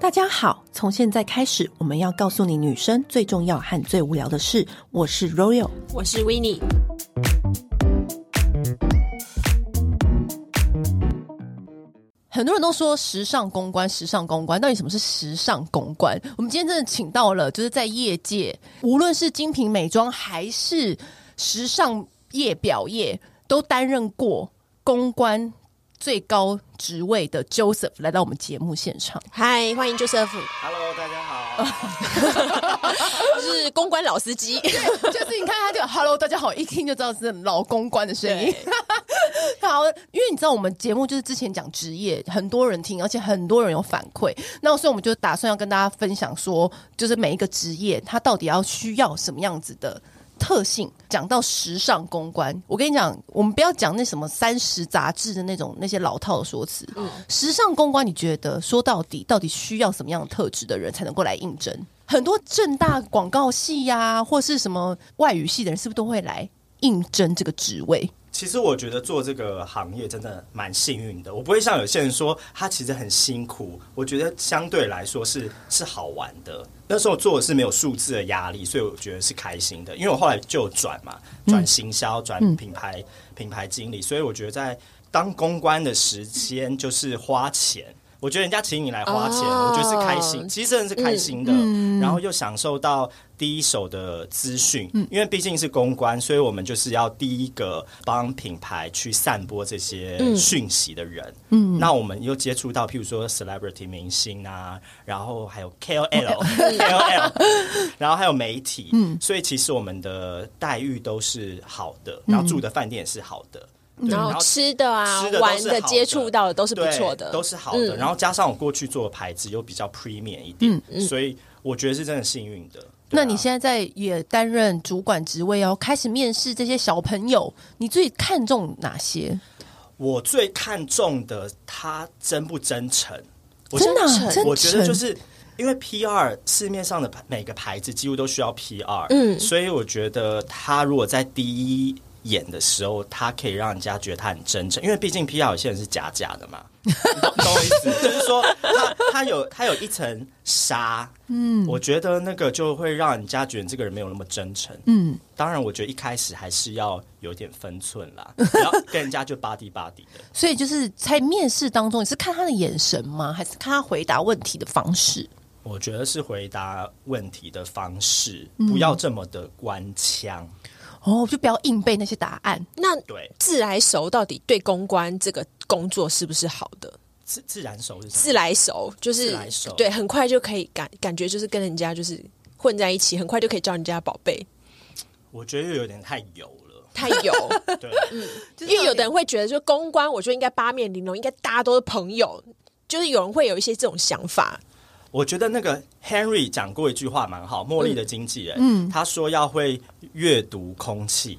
大家好，从现在开始，我们要告诉你女生最重要和最无聊的事。我是 Royal，我是 w i n n i e 很多人都说时尚公关，时尚公关到底什么是时尚公关？我们今天真的请到了，就是在业界，无论是精品美妆还是时尚业表业，都担任过公关最高职位的 Joseph 来到我们节目现场。嗨，欢迎 Joseph， Hello，大家好。是公关老司机。就是你看他就 “Hello，大家好”，一听就知道是老公关的声音。 好，因为你知道我们节目就是之前讲职业，很多人听，而且很多人有反馈，那所以我们就打算要跟大家分享说，就是每一个职业它到底要需要什么样子的。特性讲到时尚公关，我跟你讲，我们不要讲那什么三十杂志的那种那些老套的说辞。嗯时尚公关，你觉得说到底，到底需要什么样的特质的人才能够来应征？很多正大广告系呀、或是什么外语系的人，是不是都会来应征这个职位？其实我觉得做这个行业真的蛮幸运的，我不会像有些人说他其实很辛苦，我觉得相对来说是是好玩的。那时候做的是没有数字的压力，所以我觉得是开心的。因为我后来就有转嘛，转行销，转品牌、品牌经理，所以我觉得在当公关的时间就是花钱。我觉得人家请你来花钱，哦我觉得是开心，其实真的是开心的。然后又享受到第一手的资讯，因为毕竟是公关，所以我们就是要第一个帮品牌去散播这些讯息的人。嗯，那我们又接触到，譬如说 celebrity 明星啊，然后还有 KOL、KOL，然后还有媒体。嗯，所以其实我们的待遇都是好的，然后住的饭店也是好的。对然后吃的啊吃的、都是玩好的接触到的都是不对，错的，嗯都是好的。然后加上我过去做的牌子又比较 premium 一点，嗯所以我觉得是真的幸运的。对那啊你现在在也担任主管职位哦，开始面试这些小朋友，你最看重哪些？我最看重的他真不真诚，我真的啊觉得真诚我觉得就是。因为 PR 市面上的牌每个牌子几乎都需要 PR，嗯，所以我觉得他如果在第一眼的时候，他可以让人家觉得他很真诚，因为毕竟 PR 有些人是假假的 嘛，你懂懂我意思？就是说他他有他有一层纱，嗯，我觉得那个就会让人家觉得这个人没有那么真诚，嗯，当然我觉得一开始还是要有一点分寸 啦，然后跟人家就巴蒂巴蒂的。所以就是在面试当中，你是看他的眼神吗？还是看他回答问题的方式？我觉得是回答问题的方式，不要这么的官腔。哦，就不要硬背那些答案。那对，自来熟到底对公关这个工作是不是好的？自自然熟是什自么？来熟就是自来熟对，很快就可以感感觉就是跟人家就是混在一起，很快就可以叫人家宝贝。我觉得又有点太油了。太油， 对，因为有的人会觉得，就公关，我就应该八面玲珑，应该大家都是朋友。就是有人会有一些这种想法，我觉得那个 Henry 讲过一句话蛮好，茉莉的经纪人，他说要会阅读空气。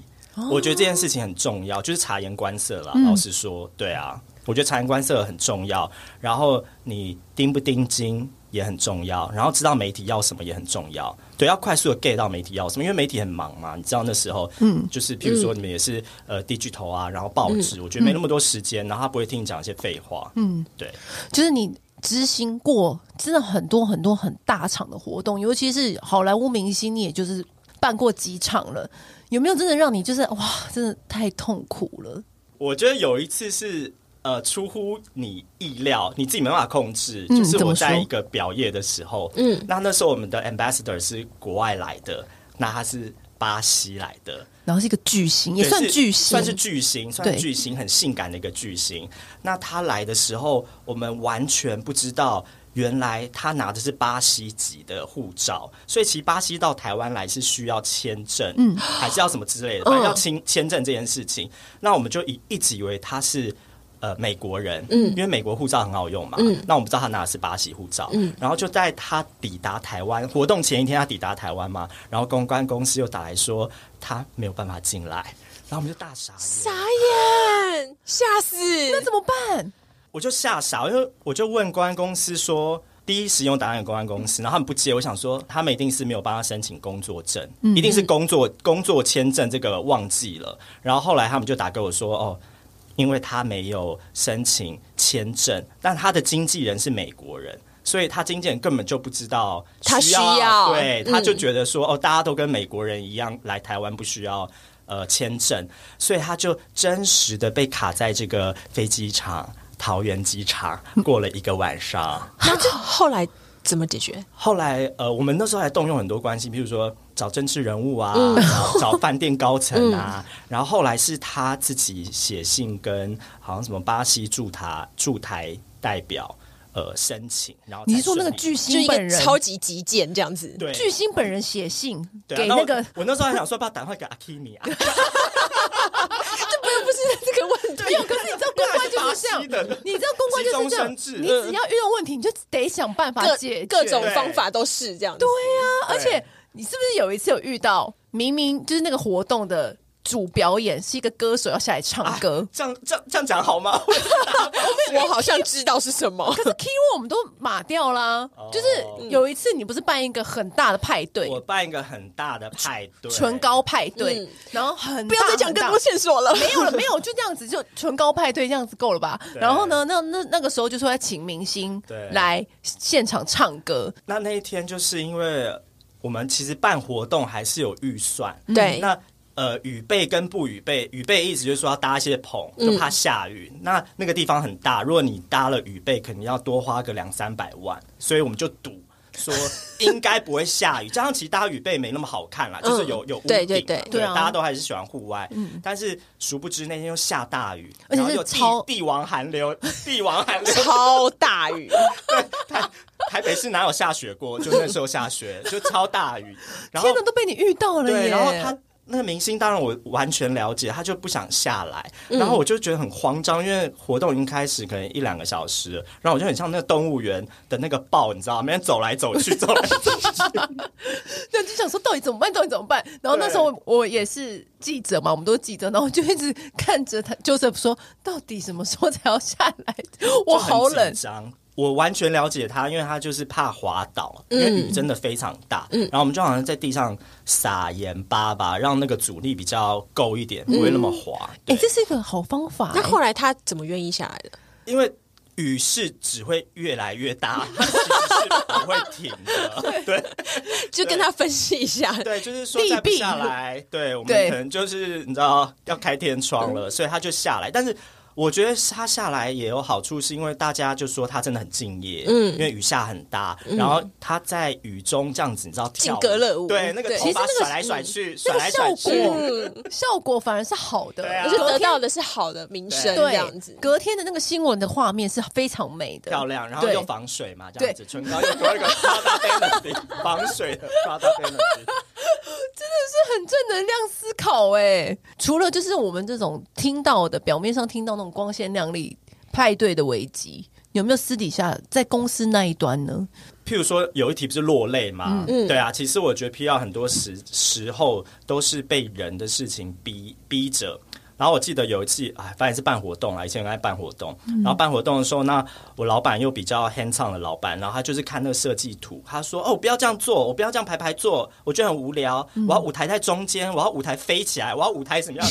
我觉得这件事情很重要，就是察言观色啦。老实说，对啊，我觉得察言观色很重要。然后你盯不盯紧也很重要，然后知道媒体要什么也很重要。对，要快速的 get 到媒体要什么，因为媒体很忙嘛。你知道那时候，嗯，就是譬如说你们也是呃 digital 啊，然后报纸，我觉得没那么多时间，然后他不会听你讲一些废话。嗯，对。就是你执行过真的很多很多很大场的活动，尤其是好莱坞明星，你也就是办过几场了，有没有真的让你就是哇，真的太痛苦了？我觉得有一次是呃出乎你意料，你自己没办法控制，嗯就是怎么我说在一个表演的时候，嗯，那那时候我们的 ambassador 是国外来的，那他是巴西来的，然后是一个巨星，也对算是巨星，算是巨星，算对是巨星，很性感的一个巨星。那他来的时候，我们完全不知道，原来他拿的是巴西籍的护照，所以其实巴西到台湾来是需要签证，嗯，还是要什么之类的，哦反正要签签证这件事情。那我们就一一直以为他是。呃，美国人，嗯，因为美国护照很好用嘛，嗯，那我们不知道他拿的是巴西护照，嗯，然后就在他抵达台湾活动前一天，他抵达台湾嘛，然后公关公司又打来说他没有办法进来，然后我们就大 傻眼，傻眼，吓死！那怎么办？我就吓傻，因为我就问公安公司说，第一使用答案有公安公司，然后他们不接，我想说他们一定是没有帮他申请工作证，一定是工作工作签证这个忘记了。然后后来他们就打给我说，哦，因为他没有申请签证，但他的经纪人是美国人。所以他经纪人根本就不知道他需要要，对，嗯他就觉得说、哦，大家都跟美国人一样来台湾不需要。呃，签证，所以他就真实的被卡在这个飞机场桃园机场过了一个晚上。那这 后来怎么解决？后来，呃，我们那时候还动用很多关系，譬如说找政治人物啊，嗯找找饭店高层啊。然后后来是他自己写信跟好像什么巴西驻台驻台代表呃申请，然后才你是说那个顺利巨就星一本个人？超级极简这样子。对巨星本人写信对啊给那那我个，我那时候还想说，要不要打电话给阿基米啊？不是 这个问题， 没有。可是你知道公关 就是这样那还是巴西的，你知道公关就是这样，急中生智你只要遇到问题，你就得想办法解决各各种方法都是这样子。啊而且你是不是有一次有遇到，明明就是那个活动的主表演是一个歌手要下来唱歌，啊这样这样这样讲好吗？我好像知道是什么可。是 key word 我们都码掉啦。哦就是有一次你不是办一个很大的派对，我办一个很大的派对，唇膏派对，嗯然后很不要再讲更更多线索 了。没有了，没有，就这样子，就唇膏派对这样子够了吧？对然后呢，那那那个时候就说要请明星对来现场唱歌，那那一天就是因为我们其实办活动还是有预算，对那。呃，雨备跟不雨备，雨备意思就是说要搭一些棚，就怕下雨。那那个地方很大，如果你搭了雨备，肯定要多花个两三百万，所以我们就赌说应该不会下雨。加上其实搭雨备没那么好看啦，就是有有屋顶对嘛，对对对啊大家都还是喜欢户外。但是殊不知那天又下大雨，而且然后是又超帝帝王寒流，帝王寒流，超大 雨，台北市哪有下雪过？就那时候下雪，就超大雨。然后 天哪，都被你遇到了对，耶！然后他那个明星，当然我完全了解，他就不想下来。然后我就觉得很慌张，因为活动已经开始可能一两个小时了，然后我就很像那个动物园的那个豹，你知道 吗，每天走来走去，走来走去。对，就想说到底怎么办？到底怎么办？然后那时候我我也是记者嘛，我们都是记者，然后就一直看着他 Joseph 说，到底什么时候才要下来？ 我好就很冷紧，张。我完全了解他，因为他就是怕滑倒，因为雨真的非常大。嗯然后我们就好像在地上撒盐巴吧，让那个阻力比较够一点，不会那么滑。 哎、对。这是一个好方法、那后来他怎么愿意下来的？因为雨是只会越来越 大，它其实是不会停的。对就跟他分析一下，对，就是说再不下来，对我对们可能就是你知道要开天窗了，所以他就下来，但是。我觉得他下来也有好处，是因为大家就说他真的很敬业，嗯，因为雨下很大，嗯然后他在雨中这样子，你知道跳劲歌热舞对，那个对头发其实那个嗯甩来甩去，那甩哎个来效甩果、去，效果反而是好的，对啊就是得到的是好的名声这样子对，。隔天的那个新闻的画面是非常美的，漂亮，然后对又防水嘛，这样子，唇膏又多一个 Prada Benefit 防水的 Prada Benefit。很正能量思考哎、除了就是我们这种听到的表面上听到那种光鲜亮丽派对的危机，有没有私底下在公司那一端呢？譬如说有一题不是落泪吗？嗯对啊，其实我觉得 PR 很多时时候都是被人的事情逼逼着。然后我记得有一次，哎，反正也是办活动啦，以前很爱办活动。嗯然后办活动的时候，那我老板又比较 hands on 的老板，然后他就是看那个设计图，他说：“哦，我不要这样做，我不要这样排排坐，我觉得很无聊。嗯我要舞台在中间，我要舞台飞起来，我要舞台怎么样？”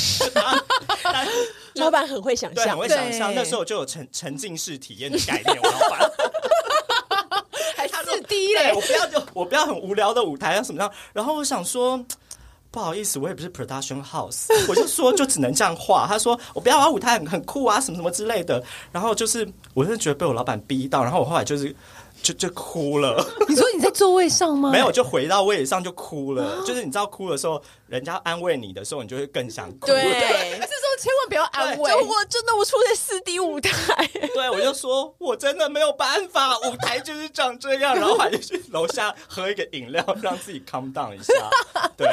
老板很会想对，象我，会想象对那时候就有沉沉浸式体验的概念，我老板。 还是低对嘞我，不要就我不要很无聊的舞台啊什么样。然后我想说。不好意思，我也不是 production house，我就说就只能这样画。他说我不要啊，舞台很很酷啊，什么什么之类的。然后就是，我真的觉得被我老板逼到，然后我后来就是就就哭了，你说你在座位上吗？没有，就回到位置上就哭了。就是你知道哭的时候，人家安慰你的时候，你就会更想哭。还是说千万不要安慰就。我真的我出在四 D 舞台， 对，我就说我真的没有办法，舞台就是长这样，然后还就去楼下喝一个饮料，让自己 calm down 一下。对，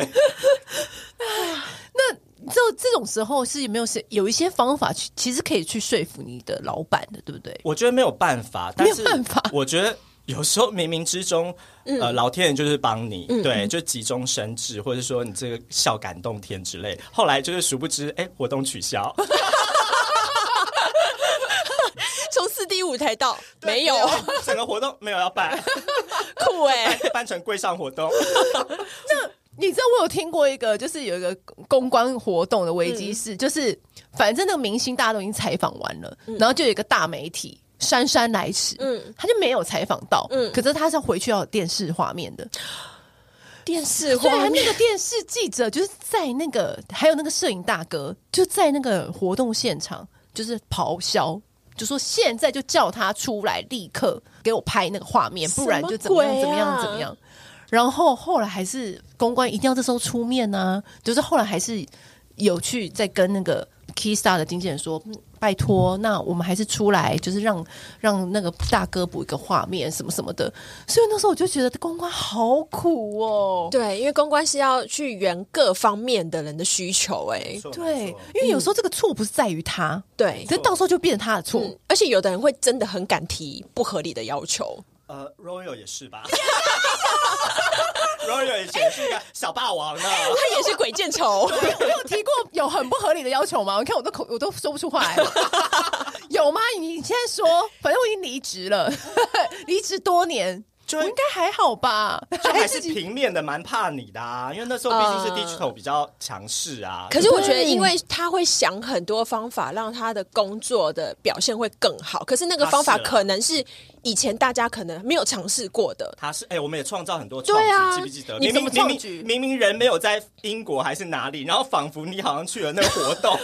你知道这种时候是有没有是有一些方法去，其实可以去说服你的老板的，对不对？我觉得没有办法，没但有是办法我觉得有时候冥冥之中，呃，老天爷就是帮你，对，就急中生智，或者说你这个孝感动天之类。后来就是殊不知，哎、活动取消，从四 D 舞台到没有 整个活动没有要办， 酷哎，办成柜上活动。你知道我有听过一个，就是有一个公关活动嗯的危机是，就是反正那个明星大家都已经采访完了，然后就有一个大媒体姗姗来迟，嗯嗯，他就没有采访到，嗯嗯，可是他是回去要有电视画面的，电视对，画那面个电视记者就是在那个，还有那个摄影大哥就在那个活动现场，就是咆哮，就说现在就叫他出来，立刻给我拍那个画面，什么不然就怎么鬼啊样怎么样怎么样。然后后来还是公关一定要这时候出面呢、就是后来还是有去再跟那个 Keystar 的经纪人说，嗯拜托，那我们还是出来，就是让让那个大哥补一个画面什么什么的。所以那时候我就觉得公关好苦哦。对，因为公关是要去圆各方面的人的需求、哎，对，因为有时候这个错不是在于他，对嗯可，是到时候就变成他的错。嗯，而且有的人会真的很敢提不合理的要 求，呃，Royal 也是吧 ，Royal 以前是一个小霸王呢。他也是鬼见 愁。 我有提过有很不合理的要求吗？你看我都口我都说不出话 来了，有吗？你现在说，反正我已经离职了， 离职多年，就我应该还好吧？就还是平面的，蛮怕你的啊，因为那时候毕竟是 digital 比较强势啊。可是我觉得，因为他会想很多方法让他的工作的表现会更好，可是那个方法他是啦可能是以前大家可能没有尝试过的。他是哎、我们也创造很多创对举，啊记不记得？你明怎明么明创举明明明人没有在英国还是哪里，然后仿佛你好像去了那个 活动，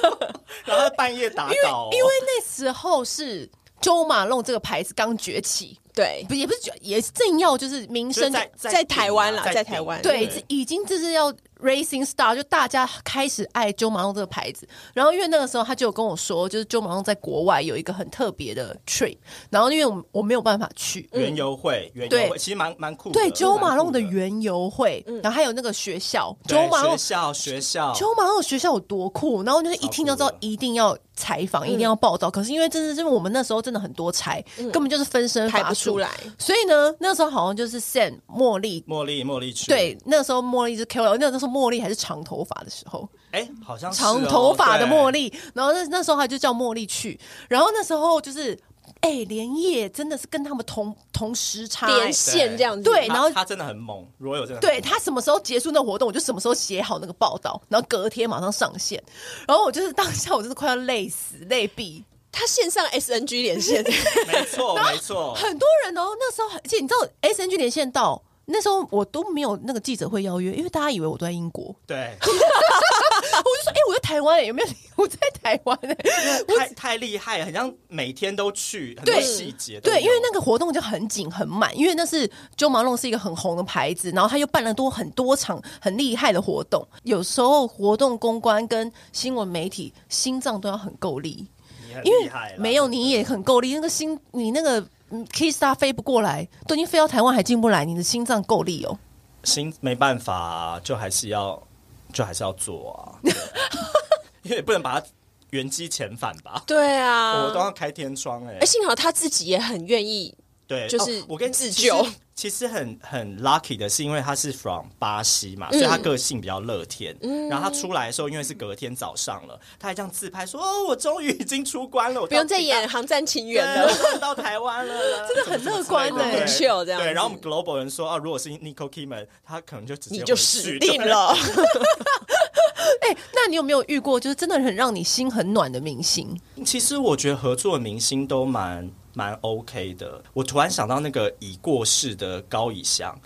然后半夜打倒、哦因为那时候是。周马龙这个牌子刚崛起，对，不也不是崛，也是正要就是名就是声在在在台湾啦顶啊在顶台湾对，对这已经就是要 Racing Star，就大家开始爱周马龙这个牌子。然后因为那个时候他就有跟我说，就是周马龙在国外有一个很特别的 trip，然后因为我我没有办法去。原游会，原游嗯对会其实蛮蛮酷的。对，周马龙的蛮酷园游会，然后还有那个学校，对周马龙学校学校，周马龙学校有多酷，然后就是一听就知道一定要采访，一定要报道。可是因为真的，因为我们那时候真的很多柴，根本就是分身排乏不术出来。所以呢，那时候好像就是 Sam 茉莉茉莉茉莉去，对，那时候茉莉是 KOL，那时候茉莉还是长头发的时候，哎、好像是哦长头发的茉对莉。然后那那时候她就叫茉莉去，然后那时候就是，哎、连夜真的是跟他们同同时啊差、连哎线这样子，对他然后他真的很猛，Royal 真的很对猛他什么时候结束那活动，我就什么时候写好那个报道，然后隔天马上上线。然后我就是当下我就是快要累死累毙，他线 上 SNG 连线，没 错没错，很多人哦，那时候很而且你知道 S N G 连线到那时候我都没有那个记者会邀约，因为大家以为我都在英国。 对，我就说，哎、我在台湾、欸，有没有？ 我在台湾、欸，太太厉害了，很像每天都去，很多对细节都有对，因为那个活动就很紧很满，因为那是 Jo Malone 是一个很红的牌子，然后他又办了多很多场很厉害的活动。有时候活动公关跟新闻媒体心脏都要很够力，你很因厉为害啦，没有你也很够力，那个心你那个 Kissar 飞不过来，都已经飞到台湾还进不来，你的心脏够力哦。 心没办法、就还是要就还是要做啊， 对因为也不能把它原机遣返吧。对啊，我都要开天窗哎、哎，幸好他自己也很愿意，对，就是哦我跟自其实救其实很很 lucky 的是，因为他是 from 巴西嗯嘛，所以他个性比较乐天。然后他出来的时候，因为是隔天早上了，他还这样自拍说：“哦，我终于已经出关了，我不用再演《航站情对缘》我了。终于到台湾 了。”真的很乐观对欸啊很 chill 这样子对，然后我们 global 人说：“啊，如果是 Nicole Kidman，他可能就直接你就回去死定。对了，哎、那你有没有遇过就是真的很让你心很暖的明星？其实我觉得合作的明星都蛮蛮 OK 的。我突然想到那个已过世的高以翔，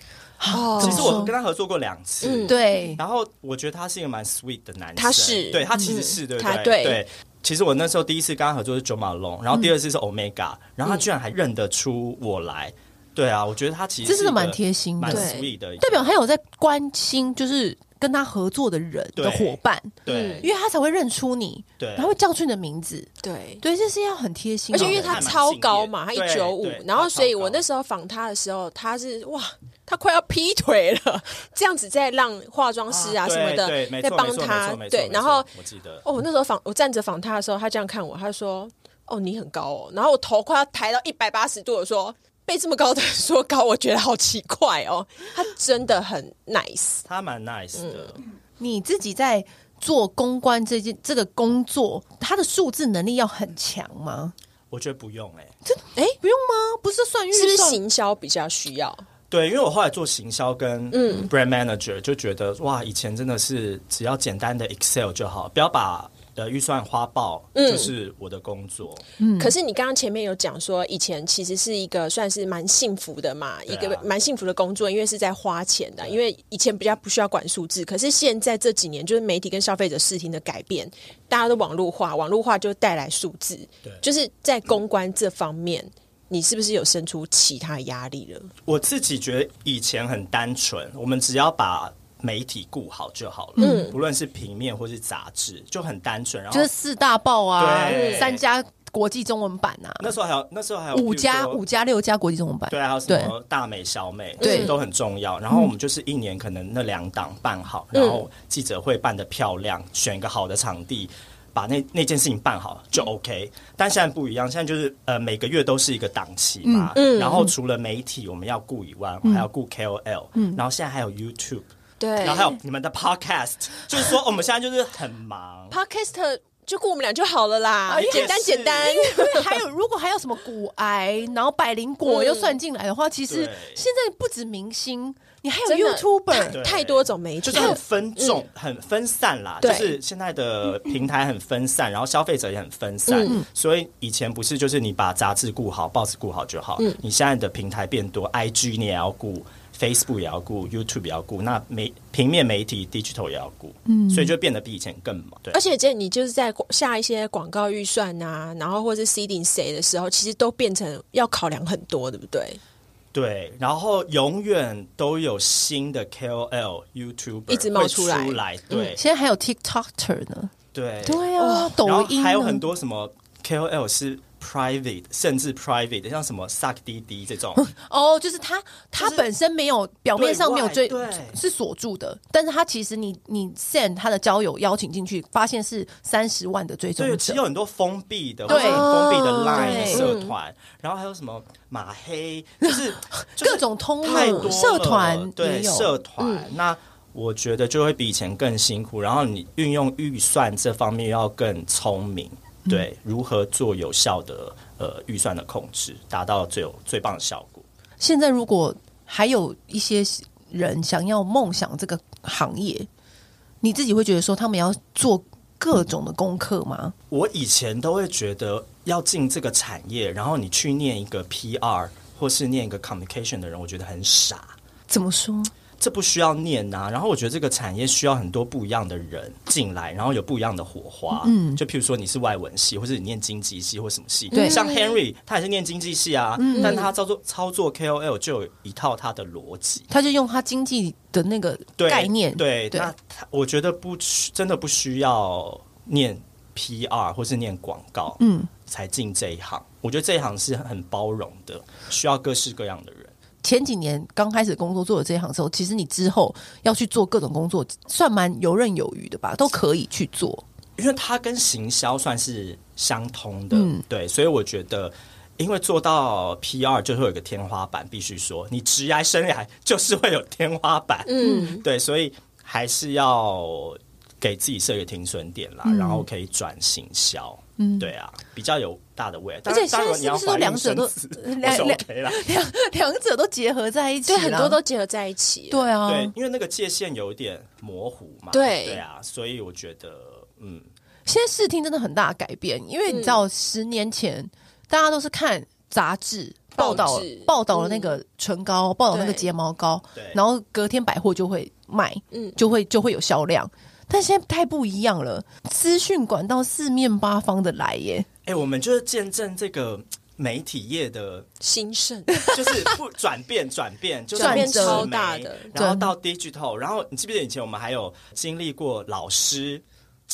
哦 其实我跟他合作过两次。嗯对，然后我觉得他是一个蛮 sweet 的男生，他是对他其实是、嗯对不他对？对其实我那时候第一次跟他合作是 Jo Malone，然后第二次是 Omega，、然后他居然还认得出我来。对啊，我觉得他其实这真是一的个蛮贴心的蛮对 sweet 的一个，代表他有在关心，就是跟他合作的人对的伙伴，对因为他才会认出你，对他会叫出你的名字，对，对，这是要很贴心啊而的，且因为他他还蛮超敬业高嘛，他一对九五对，然后他所以超我那高时候访他的时候，他是哇，他快要劈腿了，这样子在让化妆师啊对什么的对没在错帮没错没他错没，错对没，错然后我记得哦，我那时候访我站着访他的时候，他这样看我，他说：“哦，你很高哦。”然后我头快要抬到一百八十度，我说。被这么高的人说高，我觉得好奇怪哦。他真的很 nice，他蛮 nice 的。嗯你自己在做公关这件这个工作，他的数字能力要很强吗？我觉得不用哎、不用吗？不是算预是不是算，行销比较需要？对，因为我后来做行销跟嗯 brand manager，就觉得哇，以前真的是只要简单的 Excel 就好，不要把呃预算花报，嗯就是我的工作。可是你刚刚前面有讲说，以前其实是一个算是蛮幸福的嘛，一对啊啊个蛮幸福的工作，因为是在花钱的，因为以前比较不需要管数字。可是现在这几年，就是媒体跟消费者视听的改变，大家都网络化，网络化就带来数字对，就是在公关这方面，你是不是有生出其他压力了？我自己觉得以前很单纯，我们只要把媒体顾好就好了，不论是平面或是杂志，就很单纯。然嗯后就是四大报啊对，三家国际中文版啊，那时候还有那时候还有五家譬如说五家六家国际中文版，对，还有什么大美、小美，对对，都很重要。然后我们就是一年可能那两档办好，然后记者会办得漂亮，选一个好的场地，把那那件事情办好就 OK。但现在不一样，现在就是呃每个月都是一个档期嘛，然后除了媒体我们要顾以外，我们还要顾 KOL，然后现在还有 YouTube，对，然后还有你们的 Podcast，就是说我们现在就是很忙。 podcast 就顾我们俩就好了啦哎呀，简单也是简 单。对，还有如果还有什么骨癌，然后百灵果又算进来的话，其实对现在不止明星，你还有真的 YouTuber，对太多种媒体就了，是很分众、很分散啦。就嗯对是现在的平台很分散，然后消费者也很分散，嗯所以以前不是就是你把杂志顾好、报纸顾好就好。嗯你现在的平台变多，IG 你也要顾。Facebook 也要顾，YouTube 也要顾，那媒平面媒体 digital 也要顾，所以就变得比以前更忙。对嗯而，且这你就是在下一些广告预算啊，然后或是 seeding 谁的时候，其实都变成要考量很多，对不对？对，然后永远都有新的 KOL、YouTuber 一直冒出来嗯会对、现在还有 TikToker 呢，对对啊，抖哦然后音呢还有很，多什么 KOL 是 private，甚至 private，像什么 Suck 滴滴这种，哦，就是他他本身没有表面上没有追对外对是锁住的，但是他其实你你 send 他的交友邀请进去，发现是三十万的追所以踪其者实有，很多封闭的，对哦或者很封闭的 Line 对社团，然后还有什么马黑， 就是就是各种通太多路了社团也对有嗯社团那。我觉得就会比以前更辛苦，然后你运用预算这方面要更聪明，嗯对，如何做有效的呃预算的控制，达到最有最棒的效果。现在如果还有一些人想要梦想这个行业，你自己会觉得说他们要做各种的功课吗？我以前都会觉得要进这个产业，然后你去念一个 PR 或是念一个 communication 的人，我觉得很傻，怎么说？这不需要念呐、然后我觉得这个产业需要很多不一样的人进来，然后有不一样的火花。嗯，就譬如说你是外文系，或是你念经济系或什么系，对像 Henry 他也是念经济系啊，但他操作操作 KOL 就有一套他的逻辑。他就用他经济的那个对概念，对，对那他我觉得不需真的不需要念 PR 或是念广告，嗯，才进这一行。我觉得这一行是很包容的，需要各式各样的人。前几年刚开始工作做的这一行之后，其实你之后要去做各种工作，算蛮游刃有余的吧，都可以去做。因为它跟行销算是相通的，对，所以我觉得，因为做到 PR 就会有一个天花板，必须说你职涯生涯就是会有天花板，嗯，对，所以还是要给自己设一个停损点啦，嗯然后可以转行销，嗯，对啊，比较有大的未来。而且当然当现在是不然是你要怀孕两者都生子呃 我两 是两 OK 啦，两两者都结合在一起对，啦，很多都结合在一起。对啊，对，因为那个界限有一点模糊嘛，对对啊，所以我觉得，嗯。现在视听真的很大的改变，因为你知嗯道，十年前、大家都是看杂志报道报纸，嗯报道了那个唇膏，报道那个睫毛膏对，然后隔天百货就会卖，嗯就会就会有销量。但现在太不一样了，资讯管道四面八方的来耶，哎、我们就是见证这个媒体业的兴 盛。 就是不转变，转变就是转变从纸超媒大的然后到 digital，然后你记不记得以前我们还有经历过老师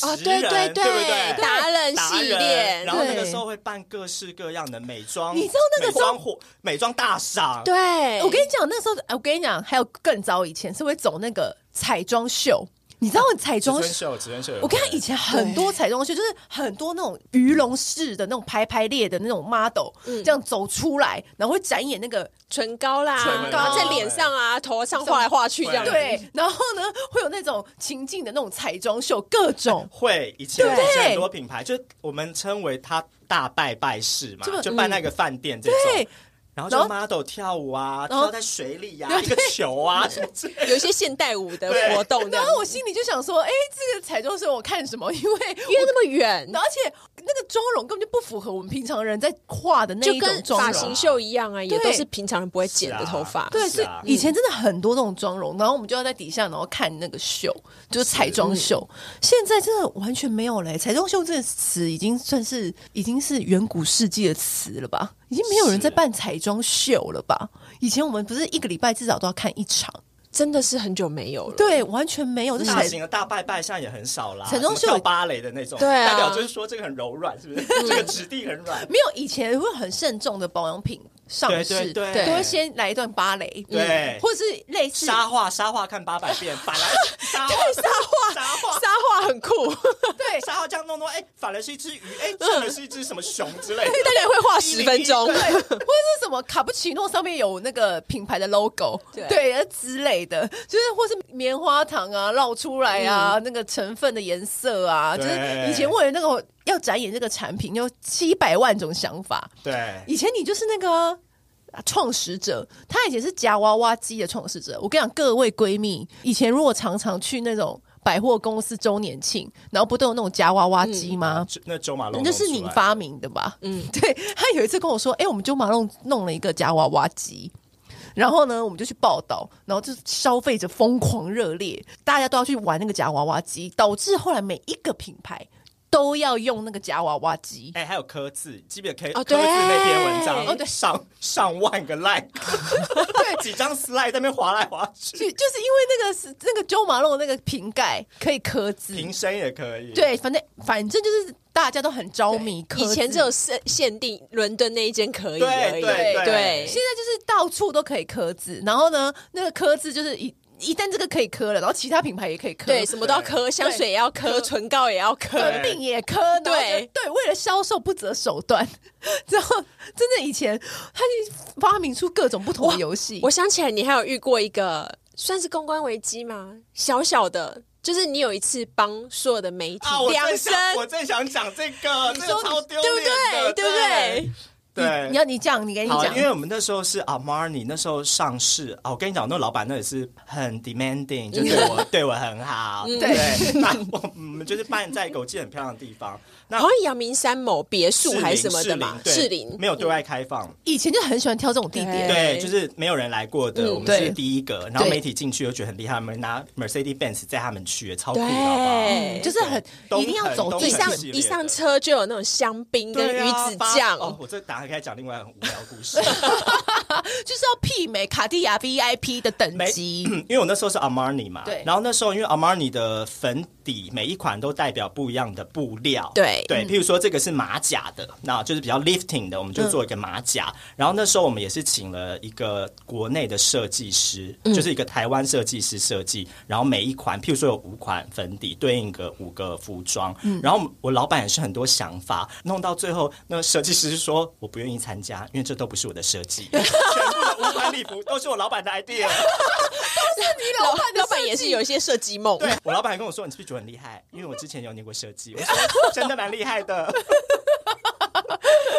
哦职对人对对对不对？达人系列达人然后那个对时候会办各式各样的美妆，你知道那个美时候妆火美妆大赏，对，我跟你讲，那时候哎我跟你讲，还有更早以前是会走那个彩妆秀，你知道彩职妆人秀，职人秀有我没看有以前很多彩妆秀，就是很多那种鱼龙式的那种排排列的那种 model，、这嗯样走出来，然后会展演那个唇膏啦，膏唇然后在脸上啊、头上画来画去这样。对对，然后呢会有那种情境的那种彩妆秀，各种会以前对不对以前很多品牌，就我们称为它大拜拜式嘛这个，哎嗯就办那个饭店这对种。然后然就后 model 跳舞啊，然后跳在水里呀、一个球啊什么之类的。有一些现代舞的活动这然样，后我心里就想说，哎、这个彩妆师我看什么？因为因为那么远，而且那个妆容根本就不符合我们平常人在画的那就一种跟妆发容型。秀一样啊，也对都是平常人不会剪的头发。对，是是啊以前真的很多这种妆容，然后我们就要在底下，然后看那个秀，就是彩妆秀。现在真的完全没有嘞、彩妆秀这个词已经算是已经是远古世纪的词了吧？已经没有人在是办彩妆秀了吧？以前我们不是一个礼拜至少都要看一场，真的是很久没有了。对，完全没有。这大彩型的大拜拜现在也很少啦，陈忠什秀嗯么跳芭蕾的那种，对啊代表就是说这个很柔软，是不是？这个质地很软，没有以前会很慎重的保养品上市，对对对都会先来一段芭蕾，嗯对或 是类似沙画沙画看八百遍， 反来沙画沙画沙画撒花很酷，对沙画这样弄弄，哎，反而是一只鱼，嗯哎，这而是一只什么熊之 类的。大概会画 十分钟。对，或者是什么卡布奇诺上面有那个品牌的 logo，对呃之类的，就是或是棉花糖啊绕出来啊，那个成分的颜色啊，就对是以前为了那个要展演这个产品，有七百万种想法。对，以前你就是那个啊啊创、始者，他以前是夹娃娃机的创始者。我跟你讲，各位闺蜜，以前如果常常去那种百货公司周年庆，然后不都有那种夹娃娃机吗？那周马龙那是你弄出来发明的吧？嗯， 对他有一次跟我说，哎、我们就马弄弄了一个夹娃娃机，然后呢，我们就去报道，然后就是消费者疯狂热烈，大家都要去玩那个夹娃娃机，导致后来每一个品牌都要用那个夹娃娃机。哎，还有科字，记不记得科哦科字对那篇文哦对章，上上万个 like，对，几张 slide 在那边划来划就去，就是因为那个是那个周马龙那个瓶盖可以刻字，铃声也可以，对，反正反正就是大家都很着迷刻字。以前只有限限定伦敦那一间可以而已，对对对现在就是到处都可以刻字，然后呢，那个刻字就是一一旦这个可以刻了，然后其他品牌也可以刻，对什么都要磕，香水也要磕，唇膏也要磕，粉饼也磕，然后就对对，为了销售不择手段，然后真的以前他就发明出各种不同的游戏，我想起来，你还有遇过一个算是公关危机吗？小小的，就是你有一次帮所有的媒体啊，我量正身，想我正想讲这个，这个超丢对不脸对？的，对不对？对，你要你讲，你跟你好，讲因，为我们那时候是 Armani，那时候上市啊，我跟你讲，那老板那也是很 demanding，就嗯对我 对我很好，对， 那我我们就是办在一个我记得很漂亮的地方，那好像阳明山某别墅还是什么的嘛，士士林林没有对外开放。以前就很喜欢挑这种地点，对，就是没有人来过的，嗯我们是对第一个。然后对媒体进去又觉得很厉害，我们拿 Mercedes Benz 载他们去，超酷的，对好不好？嗯就是很东一定要城走东最一城上上系列的一上车就有那种香槟跟对鱼啊子发酱，哦，我这打开开讲另外很无聊的故事。就是要媲美卡地亚 VIP 的等没级。 因为我那时候是 Armani 嘛，对然后那时候因为 Armani 的粉底每一款都代表不一样的布料，对对，譬如说这个是马甲的，那就是比较 lifting 的，我们就做一个马甲。然后那时候我们也是请了一个国内的设计师，就是一个台湾设计师设计，然后每一款，譬如说有五款粉底对应个五个服装，然后我老板也是很多想法，弄到最后，那个设计师说我不愿意参加，因为这都不是我的设计，全部的五款礼服都是我老板的 idea。老板老板也是有一些设计梦，对我老板还跟我说，你是不是觉得很厉害？因为我之前有念过设计，我说真的蛮厉 害的。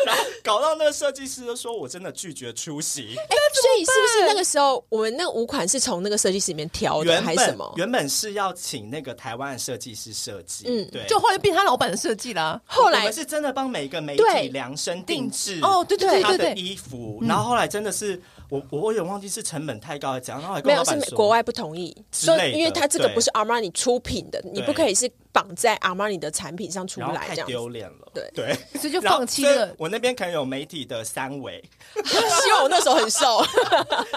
然后搞到那个设计师就说我真的拒绝出席。哎，所以是不是那个时候我们那五款是从那个设计师里面挑的，原还是什本么？原本是要请那个台湾的设计师设计，嗯，对，就后来变他老板的设计啦，后我来们是真的帮每一个媒体对量身定制哦对对对他对的对衣服，嗯然后后来真的是我我我有点忘记是成本太高还是怎样，然后还没跟我有老是板美说国外不同意，之说类的因为它这个对不是 Armani 出品的，你不可以是绑在 Armani 的产品上出然后来太这样丢子。脸了，对对，所以就然后放弃所以了。我那边可能有媒体的三维， 希望我那时候很瘦，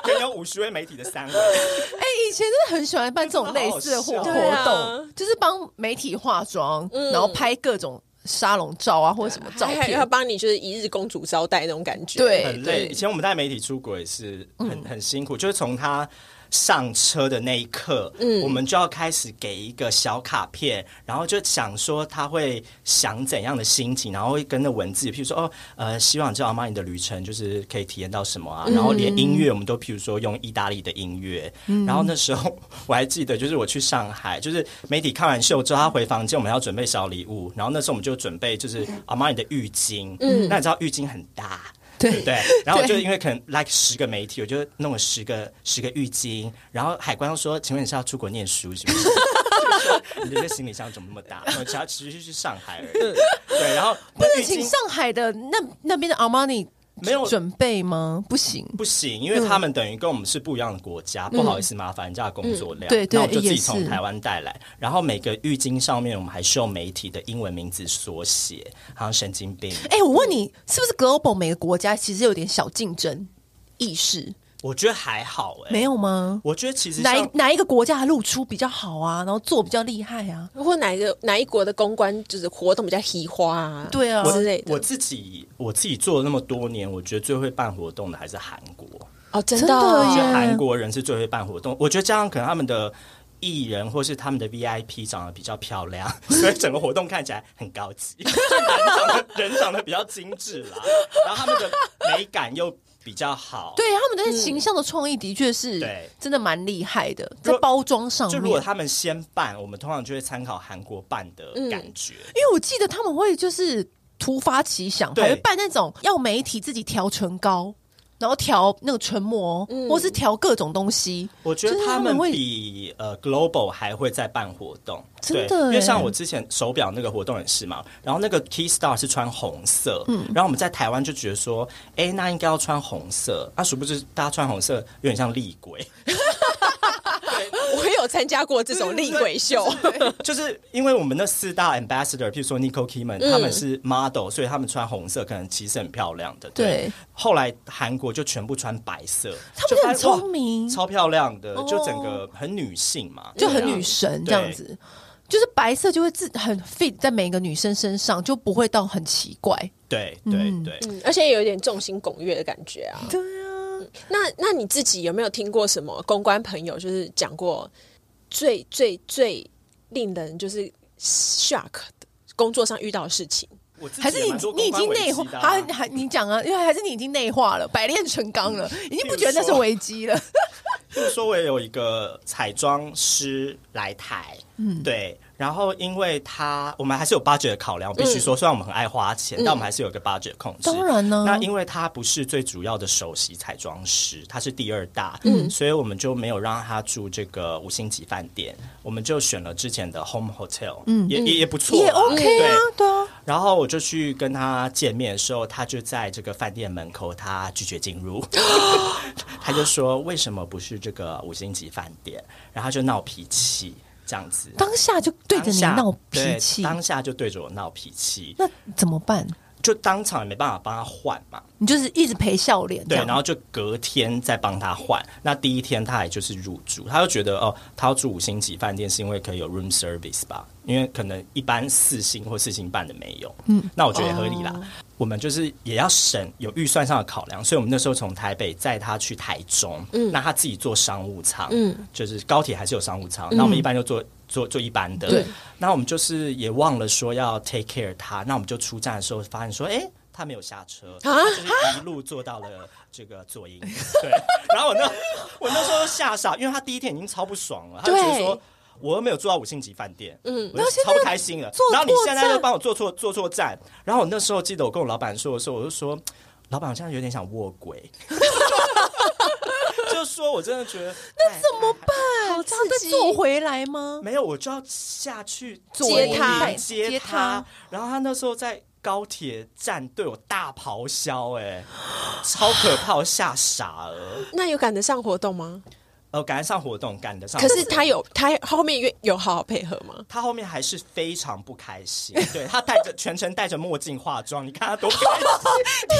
可能有五十位媒体的三维，哎、以前真的很喜欢办这种类似的活真活的动，好好笑对啊就是帮媒体化妆，然后拍各种沙龙照啊，或者什么照 还有片要。帮你就是一日公主招待那种感觉。对嗯很累。以前我们带媒体出国也是很、很辛苦，就是从他上车的那一刻，嗯我们就要开始给一个小卡片，然后就想说他会想怎样的心情，然后会跟着文字，譬如说哦，呃，希望这阿玛尼的旅程就是可以体验到什么啊，然后连音嗯乐我们都譬如说用意大利的音乐，然后那时候我还记得，就是我去上海，就是媒体看完秀之后，他回房间，我们要准嗯备小礼物，然后那时候我们就准备就是阿玛尼的浴巾，嗯，那你知道浴巾很大。对对，然后我就因为可能 like 十个媒体，我就弄了十个十个浴巾，然后海关说：“请问你是要出国念书是不 是？”我就说你这行李箱怎么那么 大？我只要只是去上海而已。对，然后不那能浴请巾上海的那那边的 Armani 没有准备吗？不行，不行，因嗯为他们等于跟我们是不一样的国家，不好意思麻烦人家的工作嗯量。对对那我就自也己是从台湾带来。然后每个浴巾上面我们还是用媒体的英文名字缩写，好像神经 病。哎、我问你，是不是 global 每个国家其实有点小竞争意识？我觉得还好哎、没有吗？我觉得其实哪一像哪一个国家的露出比较好啊？然后做比较厉害啊？或哪一个哪一国的公关就是活动比较喜花啊，对啊之类我的。自己我自己做了那么多年，我觉得最会办活动的还是韩国，哦，真真的哦耶就韩国人是最会办活动。我觉得这样可能他们的。艺人或是他们的 VIP 长得比较漂亮， 所以整个活动看起来很高级。 人长得人长得比较精致啦，然后他们的美感又比较好。对，他们的形象的创意的确是对真的蛮厉害的，在如果包装上就面。如果他们先办，我们通常就会参考韩国办的嗯感觉。因为我记得他们会就是突发奇想，对还会办那种要媒体自己调唇膏，然后调那个唇膜，或是调各种东西。我觉得就是他他们们会比呃 Global 还会再办活动，真的对因为耶像我之前手表那个活动也是嘛，然后那个 Keystar 是穿红色，嗯然后我们在台湾就觉得说，哎，那应该要穿红色，啊，殊不知大家穿红色有点像厉鬼， 我有参加过这种厉鬼秀，就是因为我们那四大 ambassador，譬如说 Nicole Kidman，、他嗯们是 model，所以他们穿红色可能其实很漂亮的，对后来韩国就全部穿白色，他就们发很现哇聪明超漂亮的，就整哦个很女性嘛，就对啊很女神这样对子。就是白色就会自很 fit 在每一个女生身上，就不会到很奇怪。对对对，嗯而且有一点众星拱月的感觉啊。对啊，那那你自己有没有听过什么公关朋友就是讲过最最最令人就是 shock 的工作上遇到的事情？我自己还是也你蛮多你已公经关危内化机的，啊还还你讲啊，因为还是你已经内化了，百炼成钢了，嗯已经不觉得那是危机了。譬如说，我有一个彩妆师来台，嗯，对，然后因为他我们还是有 budget 的考量，我必须说，虽然我们很爱花钱，但我们还是有一个 budget 控制。嗯当然呢那因为他不是最主要的首席彩妆师，他是第二大，嗯，所以我们就没有让他住这个五星级饭店，我们就选了之前的 Home Hotel，嗯，也也也不错啦，也 OK 啊对，对啊，然后我就去跟他见面的时候，他就在这个饭店门口，他拒绝进 入，他就说为什么不是这个五星级饭店？然后他就闹脾气这样子，当下就对着你当下闹脾气对，当下就对着我闹脾气，那怎么办？就当场也没办法帮他换嘛，你就是一直陪笑脸，对，这样然后就隔天再帮他换。那第一天他也就是入住，他就觉得哦，他要住五星级饭店是因为可以有 room service 吧，因为可能一般四星或四星半的没有。嗯，那我觉得也合理啦。我们就是也要省有预算上的考量，所以我们那时候从台北载他去台中，嗯，那他自己坐商务舱，嗯，就是高铁还是有商务舱，那我们一般就坐。坐坐一般的，那我们就是也忘了说要 take care 他，那我们就出站的时候发现说，哎、他没有下车，啊，就是一路坐到了这个左营， 对，然后我那我那时候吓傻，因为他第一天已经超不爽了，他就觉得说对。我又没有住到五星级饭店，嗯，我就然后现在超不开心了坐。然后你错现在就站帮我坐错坐错站。然后我那时候记得我跟我老板说的时候，我就说， 老板，我现在有点想卧轨，就说我真的觉得哎那怎么办？这样再坐回来吗？没有，我就要下去左接迎他接接他他。然后他那时候在高铁站对我大咆哮、哎，超可怕，我吓傻了。那有赶得上活动吗？呃，赶得上活动，赶得上活可动。是他有他后面有有好好配合吗？他后面还是非常不开心，对他戴着全程戴着墨镜化妆，你看他多不开心！天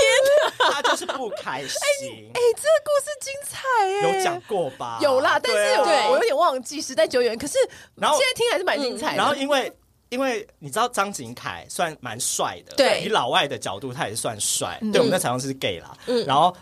哪，他就是不开心。哎，这个故事精彩耶！有讲过吧？有啦，但对是啊我我有点忘记，时代久远。可是现然后嗯在听还是蛮精彩的。然后因为因为你知道张景凯算蛮帅的，对以老外的角度他也算帅，嗯对我们那彩妆师是 gay 啦，然后。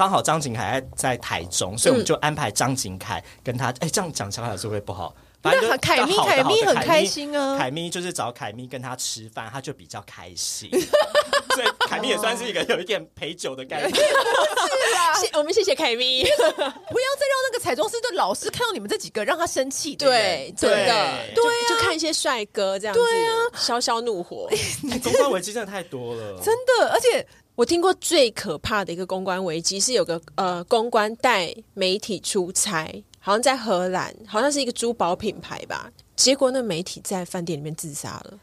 刚好张景凯在在台中，所以我们就安排张景凯跟他。哎、这样讲小凯老师会不好。反正就那凯咪好的凯咪好的很凯咪开心啊凯咪就是找凯咪跟他吃饭，他就比较开 心。所以凯咪也算是一个有一点陪酒的概念。啊谢我们谢谢凯咪，不要再让那个彩妆师的老师看到你们这几个让他生气的人。对，真的对，就就看一些帅哥这样子，对啊消消怒火。哎公关危机真的太多了，真的，而且我听过最可怕的一个公关危机是有个呃公关带媒体出差，好像在荷兰，好像是一个珠宝品牌吧。结果那媒体在饭店里面自杀了，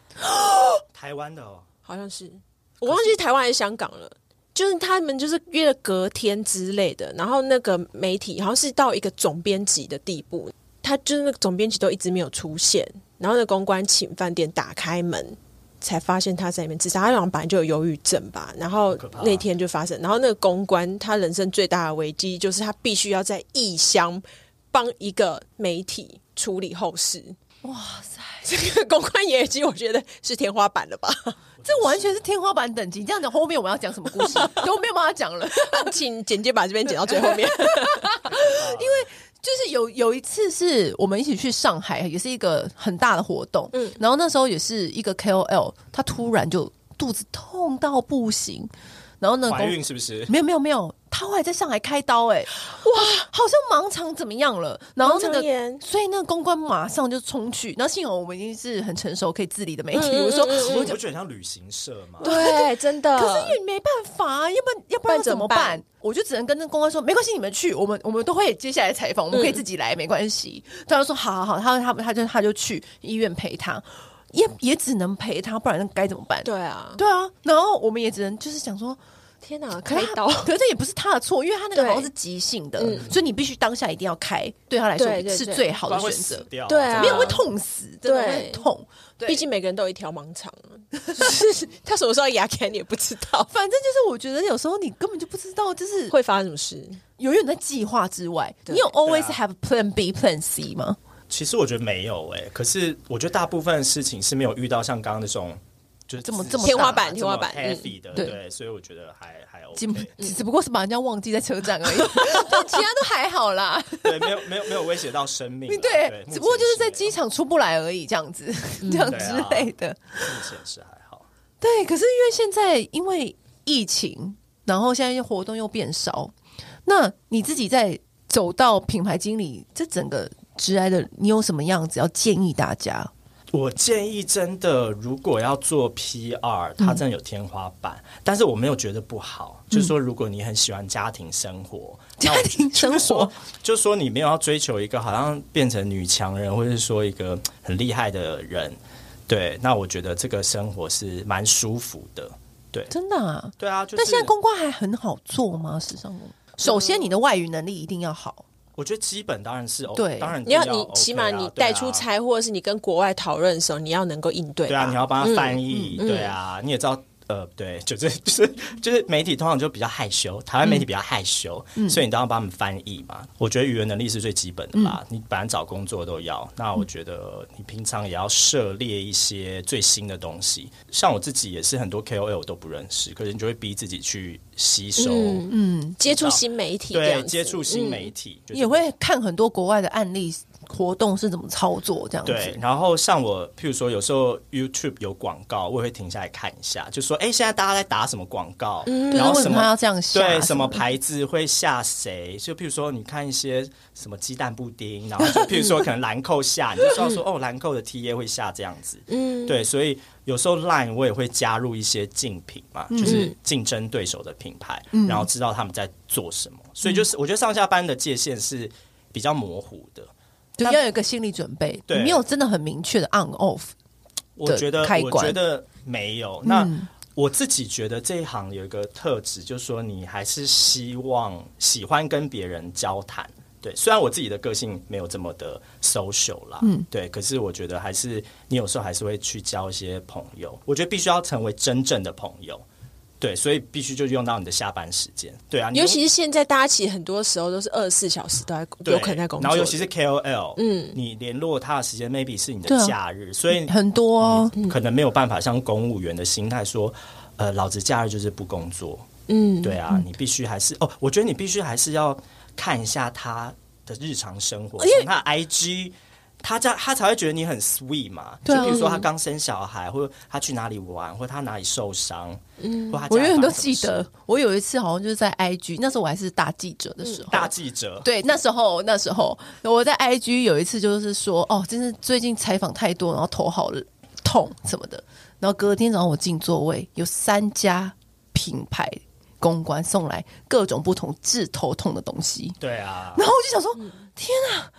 台湾的哦，好像是我忘记是台湾还是香港了。就是他们就是约了隔天之类的，然后那个媒体好像是到一个总编辑的地步，他就是那个总编辑都一直没有出现，然后那公关请饭店打开门，才发现他在里面自杀。他好像本来就有忧郁症吧，然后可怕那天就发生，然后那个公关他人生最大的危机就是他必须要在异乡帮一个媒体处理后事。哇塞，这个公关危机，我觉得是天花板了吧？这完全是天花板等级。这样讲，后面我要讲什么 故事都没有办法讲了。 请简介把这边剪到最后面。就是有有一次是我们一起去上海，也是一个很大的活动，嗯嗯，然后那时候也是一个 KOL，他突然就肚子痛到不行，然后呢，怀公孕是不是？没有没有没有，他后来在上海开刀、哎，哇，好像盲肠怎么样了？然后那盲肠个炎，所以那个公关马上就冲去，然后幸好我们已经是很成熟可以自理的媒体，嗯嗯我说嗯我我就觉得很像旅行社嘛，对，真的。可是也没办法、要不然要不然嗯不然怎怎么么办办？我就只能跟那公关说，没关系，你们去，我们我们都会接下来采嗯访，我们可以自己来，没关系。他就说好好好，他他他就他就去医院陪他，也也只能陪他，不然那该怎么办？对啊，对啊，然后我们也只能就是想说，天哪，可开是他刀可是这也不是他的错，因为他那个对好像是急性的，嗯所以你必须当下一定要开，对他来说对对是对最好不然的会选死择。掉。对啊没有会痛死，真的对会很痛。对，毕竟每个人都有一条盲 肠啊，就是他什么时候牙开你也不知道，反正就是我觉得有时候你根本就不知道，就是会发生什么事。永远在计划之外。对啊你有 always 对 have plan B, plan C 吗？其实我觉得没有诶、可是我觉得大部分的事情是没有遇到像刚刚那种就是这么自这么信天花板啊天花板这么 heavy 的、嗯对对所以我觉得还还只 OK，只不过是把人家忘记在车站而已，对其他都还好啦。对，没有没有没有威胁到生命啊， 对，目只不过就是前在没有机场出不来而已，这样子，嗯这样之类的。目前是还好。对，可是因为现在因为疫情，然后现在又活动又变少，那你自己在走到品牌经理这整个职来的，你有什么样子要建议大家？我建议真的，如果要做 PR，它嗯真的有天花板，但是我没有觉得不好。就是说，如果你很喜欢家庭生活，那我家庭生就是说活，就是说你没有要追求一个好像变成女强人，或者是说一个很厉害的人，对，那我觉得这个生活是蛮舒服的。真的啊？对啊，就是、呃那现在公关还很好做吗？时尚公首先你的外语能力一定要好，我觉得基本当然是哦对当然你要一定你 OK 啊起码你对啊带出差，或者是你跟国外讨论的时候，你要能够应对吧。对啊，你要帮他翻译，对啊，你也知道。呃，对， 就是就是就是媒体通常就比较害羞，台湾媒体比较害羞，所以你都要帮他们翻译嘛。我觉得语言能力是最基本的啦，你本来找工作都要。那我觉得你平常也要涉猎一些最新的东西，像我自己也是很多 KOL 我都不认识，可是你就会逼自己去吸收，嗯，接触新媒体，这样对，子嗯接触新媒体，就是你也会看很多国外的案例活动是怎么操作这样对子，。然后像我，譬如说有时候 YouTube 有广告，我也会停下来看一下，就说哎、诶现在大家在打什么广告，对，然那嗯后为什什么他么要这样下？对什么牌子会下谁？就譬如说你看一些什么鸡蛋布丁，然后就譬如说可能兰蔻下，你就知道 说哦，兰蔻的 TA 会下这样子。嗯，对，所以有时候 Line 我也会加入一些竞品嘛，就是嗯竞争对手的品牌，然后知道他们在做什么。所以嗯就是我觉得上下班的界限是比较模糊的。就要有一个心理准备，你对没有真的很明确的 on off。我觉得开，我关觉得没有。嗯那我自己觉得这一行有一个特质，就是说你还是希望喜欢跟别人交谈。对，虽然我自己的个性没有这么的 social 啦，嗯，对，可是我觉得还是你有时候还是会去交一些朋友。我觉得必须要成为真正的朋友，对，所以必须就用到你的下班时间。对啊，你尤其是现在大家其实很多时候都是二十四小时都在对有可能在工作然的，后尤其是 KOL，嗯嗯，你联络他的时间 maybe 是你对啊的假日，所以很多、哦可能没有办法像公务员的心态说，呃，老子假日就是不工作。嗯，对啊，你必须还是哦，我觉得你必须还是要看一下他的日常生哦活，从他的 IG。他这样，他才会觉得你很 sweet 嘛。对啊就比如说他刚生小孩，或者他去哪里玩，或者他哪里受伤，嗯，或者他我家永里远都发生什么记得事。，我有一次好像就是在 IG，那时候我还是大记者的时候，大记者，对，那时候那时候我在 IG 有一次就是说，哦，真是最近采访太多，然后头好痛什么的。然后隔天早上我进座位，有三家品牌公关送来各种不同治头痛的东西。对啊，然后我就想说，嗯天啊，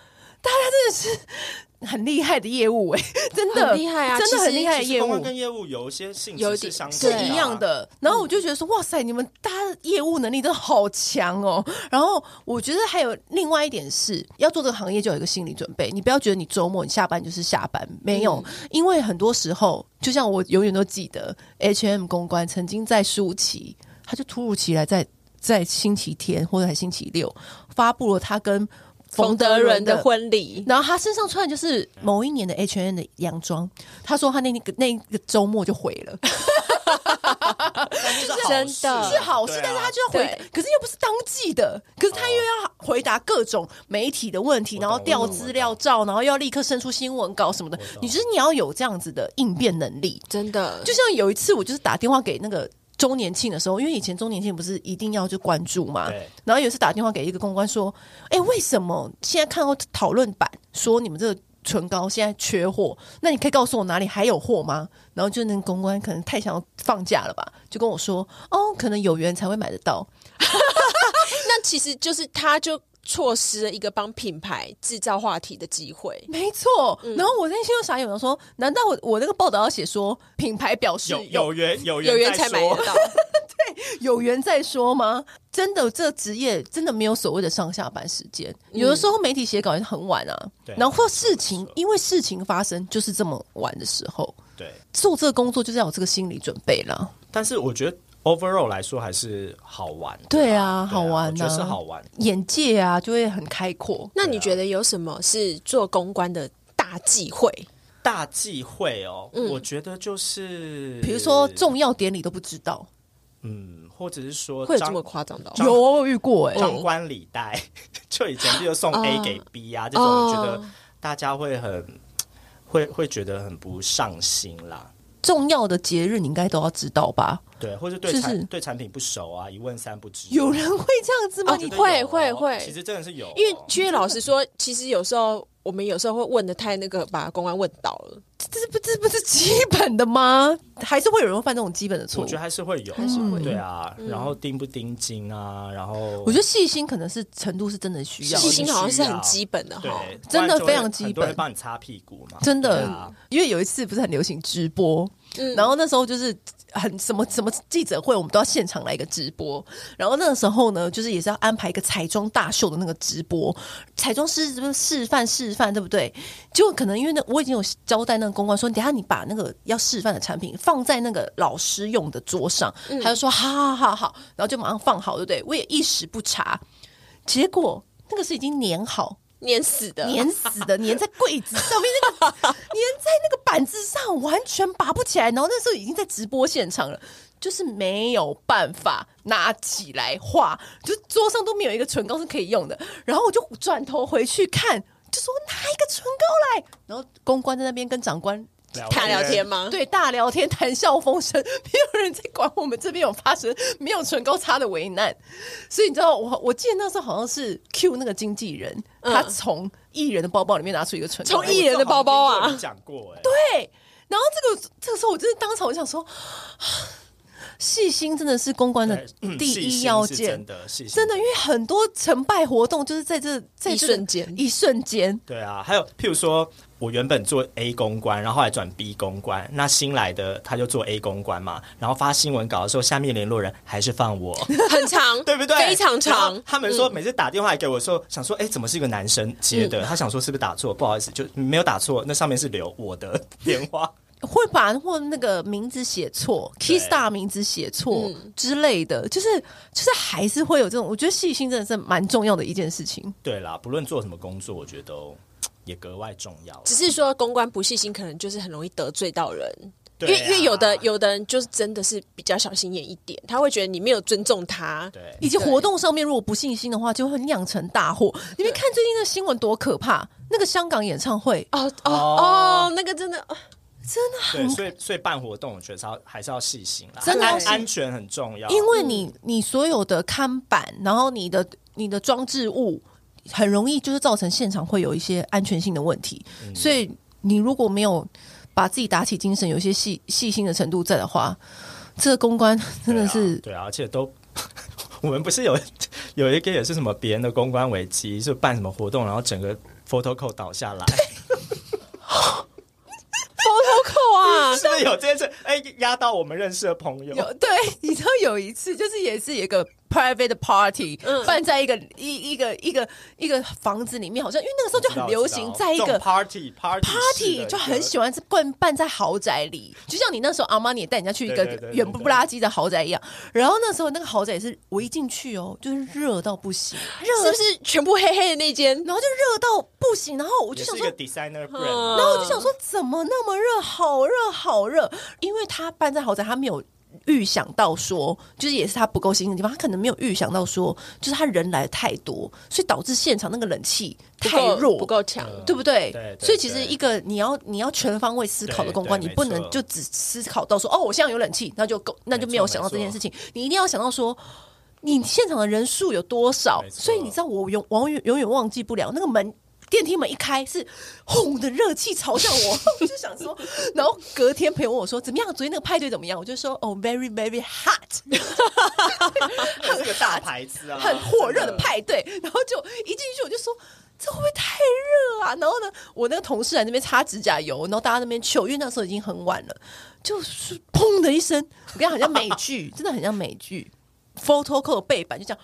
大家真的是很厉害的业务哎、真的很厉害啊真的很其实厉害的其实业公务关。跟业务有一些性有质一是点相是近一啊样。的，然后我就觉得说，哇塞，你们大家的业务能力真的好强哦。然后我觉得还有另外一点是，要做这个行业就有一个心理准备，你不要觉得你周末你下班就是下班，没有，嗯因为很多时候，就像我永远都记得，H&M 公关曾经在舒淇，他就突如其来在在星期天或者在星期六发布了他跟冯德伦的婚礼，然后他身上穿的就是某一年的 H N 的洋装。他说他那那个那个周末就毁了，就是好真事的是好事，对啊但是他就要回对，可是又不是当季的，可是他又要回答各种媒体的问题，我然懂后调资料照，然后要立刻生出新闻稿什么的。懂你就是你要有这样子的应变能力。真的就像有一次，我就是打电话给那个。周年庆的时候，因为以前周年庆不是一定要去关注嘛对，然后有一次打电话给一个公关说：“哎、为什么现在看到讨论版说你们这个唇膏现在缺货？那你可以告诉我哪里还有货吗？”然后就那个公关可能太想要放假了吧，就跟我说：“哦，可能有缘才会买得到。那其实就是他就错失了一个帮品牌制造话题的机会”。没错。嗯然后我内心又傻眼了，说：“难道我我那个报道要写说品牌表示有啊有缘有有缘缘才再买说得 到，有缘再说吗？真的，这职业真的没有所谓的上下班时间。有的时候媒体写稿也是很晚啊，嗯对然后或事情没错，因为事情发生就是这么晚的时候，对，做这个工作就是要有这个心理准备啦。但是我觉得 overall 来说还是好玩的啦。对啊我好玩啊觉得是好玩。眼界啊，就会很开阔。那啊你觉得有什么是做公关的大忌讳？大忌讳哦，我觉得就是比如说重要典礼都不知道，嗯，或者是说会有这张么夸张的、哦？有我有遇过哎、张冠李戴， 就以前比如送哦 A 给 B 啊，这种我觉哦得大家会很会会觉得很不上心啦。重要的节日你应该都要知道吧？对，或者对是是产对产品不熟啊，一问三不知。有人会这样子吗？哦你真的会有哦会会其实真的是有哦，因为其实老实说，其实有时候我们有时候会问的太那个，把公关问倒了。这是不这不是基本的吗？还是会有人犯这种基本的错误？我觉得还是会有，还是会对啊。然后盯不盯紧啊，然后我觉得细心可能是程度是真的需要的，细心好像是很基本的啊对哈。，真的不然就会非常基本很多人帮你擦屁股嘛，真对的、啊因为有一次不是很流行直播，嗯然后那时候就是很什么什么记者会，我们都要现场来一个直播。然后那个时候呢，就是也是要安排一个彩妆大秀的那个直播，彩妆师是不是示范示范，对不对？结果可能因为那我已经有交代那个公关说，等一下你把那个要示范的产品放在那个老师用的桌上，他就说好好好好，然后就马上放好，对不对？我也一时不察，结果那个是已经粘好。碾死的，粘死的， 粘在柜子上面那 个，粘在那个板子上，完全拔不起来。然后那时候已经在直播现场了，就是没有办法拿起来画，就桌上都没有一个唇膏是可以用的。然后我就转头回去看，就说拿一个唇膏来。然后公关在那边跟长官。啊 他聊天？吗？对，大聊天，谈笑风生，没有人在管我们这边有发生没有唇膏擦的危难。所以你知道，我我记得那时候好像是 Q 那个经纪人，他从艺人的包包里面拿出一个唇膏嗯从来，艺人的包包啊我有讲过哎，对。然后这个这个时候，我真的当场我想说，细心真的是公关的嗯第细一心要是件真。的，细心真的，因为很多成败活动就是在这在这一瞬间一瞬间，对啊，还有譬如说，我原本做 A 公关，然后后来转 B 公关，那新来的他就做 A 公关嘛，然后发新闻稿的时候，下面联络人还是放 我，很长，对不对？非常然后长。他们嗯说每次打电话来给我说，想说，哎，怎么是一个男生接的？他想说是不是打错？不好意思，就没有打错，那上面是留我的 电话。会把或那个名字写错对嗯，Key Star 名字写错之类的，就是就是还是会有这种，我觉得细心真的是蛮重要的一件事情。对啦，不论做什么工作，我觉得都也格外重要啦。只是说公关不细心，可能就是很容易得罪到人。因对为啊因为有的有的人就是真的是比较小心眼一点，他会觉得你没有尊重他。对以及活动上面如果不信心的话，就会酿成大祸。你们看最近的新闻多可怕，那个香港演唱会哦哦哦哦，那个真的哦对，所以所以办活动，我觉得是要还是要细心啦，真的要安细安全很重要，因为你你所有的看板，然后你的你的装置物，很容易就是造成现场会有一些安全性的问题。所以你如果没有把自己打起精神，有一些细细心的程度在的话，这个公关真的是对啊，对啊而且都 我们不是有有一个也是什么别人的公关危机，就办什么活动，然后整个 photo code 倒下来，偷扣啊！ 是不是有这件事？哎，压到我们认识的朋友，有对，你知道有一次就是也是有一个 private party，、办在一个一一个一个一个房子里面，好像因为那个时候就很流行，在一个 party party party 就很喜欢是办办在豪宅里，就像你那时候阿玛尼也带人家去一个对对对对远不不拉几的豪宅一样。然后那时候那个豪宅也是我一进去哦，就是热到不行，是不是全部黑黑的那间？然后就热到不行，然后我也就是想一说嗯个 designer brand，然后我就想说，怎么那么热？好热，好热！因为他搬在豪宅，他没有预想到说，就是也是他不够新的地方，他可能没有预想到说，就是他人来的太多，所以导致现场那个冷气不太够弱，不够强。对不对？对对所以其实对一个你要你要全方位思考的公关，对你对不能没错就只思考到说哦，我现在有冷气，那就够，那就没有想到这件事情。你一定要想到说。你现场的人数有多少？没错所以你知道我永永远永远忘记不了那个门电梯门一开是轰的热气朝向我， 我就想说，然后隔天朋友问我说怎么样？昨天那个派对怎么样？我就说哦，very very hot，它是个大牌子啊，很火啊热的真。派对，然后就一进去我就说。这会不会太热啊？然后呢，我那个同事在那边擦指甲油，然后大家那边求，因为那时候已经很晚了，就是砰的一声，我跟你讲，很像美剧，真的很像美剧。photo code 背板就这样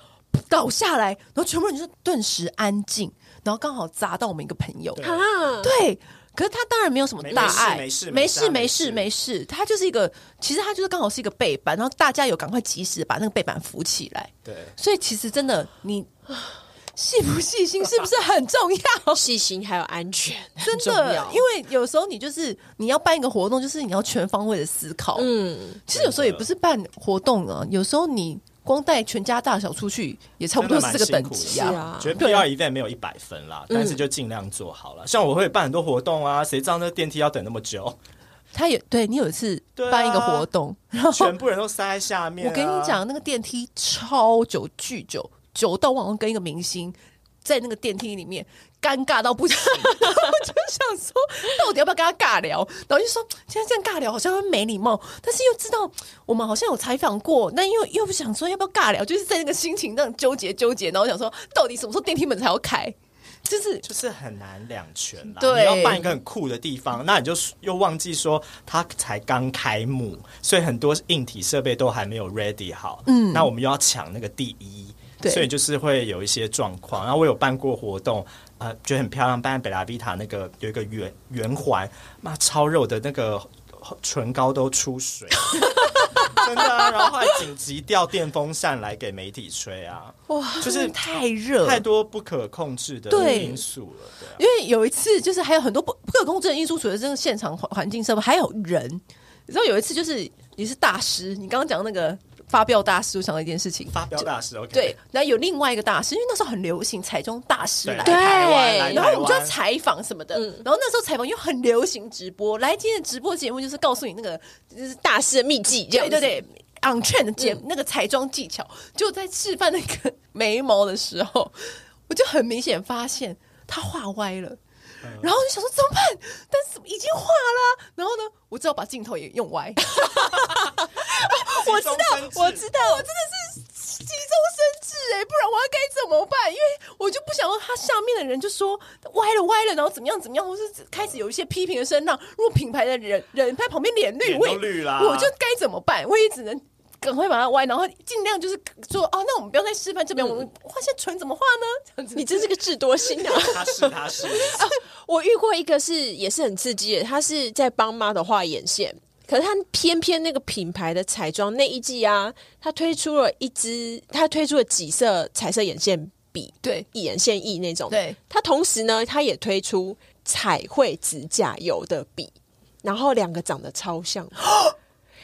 倒下来，然后全部人就顿时安静，然后刚好砸到我们一个朋友，对啊，对，可是他当然没有什么大碍，没事没没事事没没事事没事，他就是一个，其实他就是刚好是一个背板，然后大家有赶快及时把那个背板扶起来，对，所以其实真的你。细不细心是不是很重要？细心还有安 全 很真重的要，，因为有时候你就是你要办一个活动，就是你要全方位的思考。嗯，其实有时候也不是办活动啊，有时候你光带全家大小出去，也差不多是这个等级真啊的蛮辛苦的是嗯啊。觉得对 PR 一定没有一百分啦，但是就尽量做好了。像我会办很多活动啊，谁知道那电梯要等那么 久？他也对你有一次对啊办一个活动，然后全部人都塞在下面、啊我跟你，讲，那个电梯超久，巨久，久到我好像跟一个明星在那个电梯里面尴尬到不 行。我就想说，到底要不要跟他尬聊？然后就说现在这样尬聊好像会没礼貌，但是又知道我们好像有采访过，那又又不想说要不要尬聊，就是在那个心情上纠结纠结，然后想说到底什么时候电梯门才要开？就是就是很难两全啦。对你要办一个很酷的地方，那你就又忘记说它才刚开幕，所以很多硬体设备都还没有 ready 好。嗯，那我们又要抢那个第一，对所以就是会有一些状况。然后我有办过活动。呃，觉得很漂亮，办在北拉维塔那个有一个圆圆环，妈超肉的那个唇膏都出 水，真的、啊。然后还紧急调电风扇来给媒体吹啊，哇，就是太热，太多不可控制的呃对因素了，对啊。因为有一次，就是还有很多不不可控制的因素，除了这个现场环环境设备，还有人。你知道有一次，就是你是大师，你刚刚讲那个发票大师，我想到一件事情。发飙大师，OK，对，然后有另外一个大师，因为那时候很流行彩妆大师对，来，对台湾来嗯然后我们就要台湾采访什么的。然后那时候采访又很流行直播，来今天的直播节目就是告诉你那个就是大师的秘籍，这样对子嗯对对，on trend 的节、那个彩妆技巧，就在示范那个 眉毛的时候，我就很明显发现他画歪了。嗯然后我就想说怎么办？但是已经画了啊，然后呢，我只好把镜头也用歪。 哦我知道，我知道，我真的是急中生智哎、不然我要该怎么办？因为我就不想让他下面的人就说歪了歪了，然后怎么样怎么样，或是开始有一些批评的声浪。如果品牌的人人在旁边脸绿，脸我都也绿啦我就该怎么办？我也只能。赶快把它歪，然后尽量就是说哦，那我们不要再示范这边，我们画现在唇怎么画呢？ 这样子，你真是个智多星啊！他是他是， 我遇过一个是也是很刺激的，他是在帮 model 画眼线，可是他偏偏那个品牌的彩妆那一季啊，他推出了一支，他推出了几色彩色眼线笔，对眼线液那种。对，他同时呢，他也推出彩绘指甲油的笔，然后两个长得超像。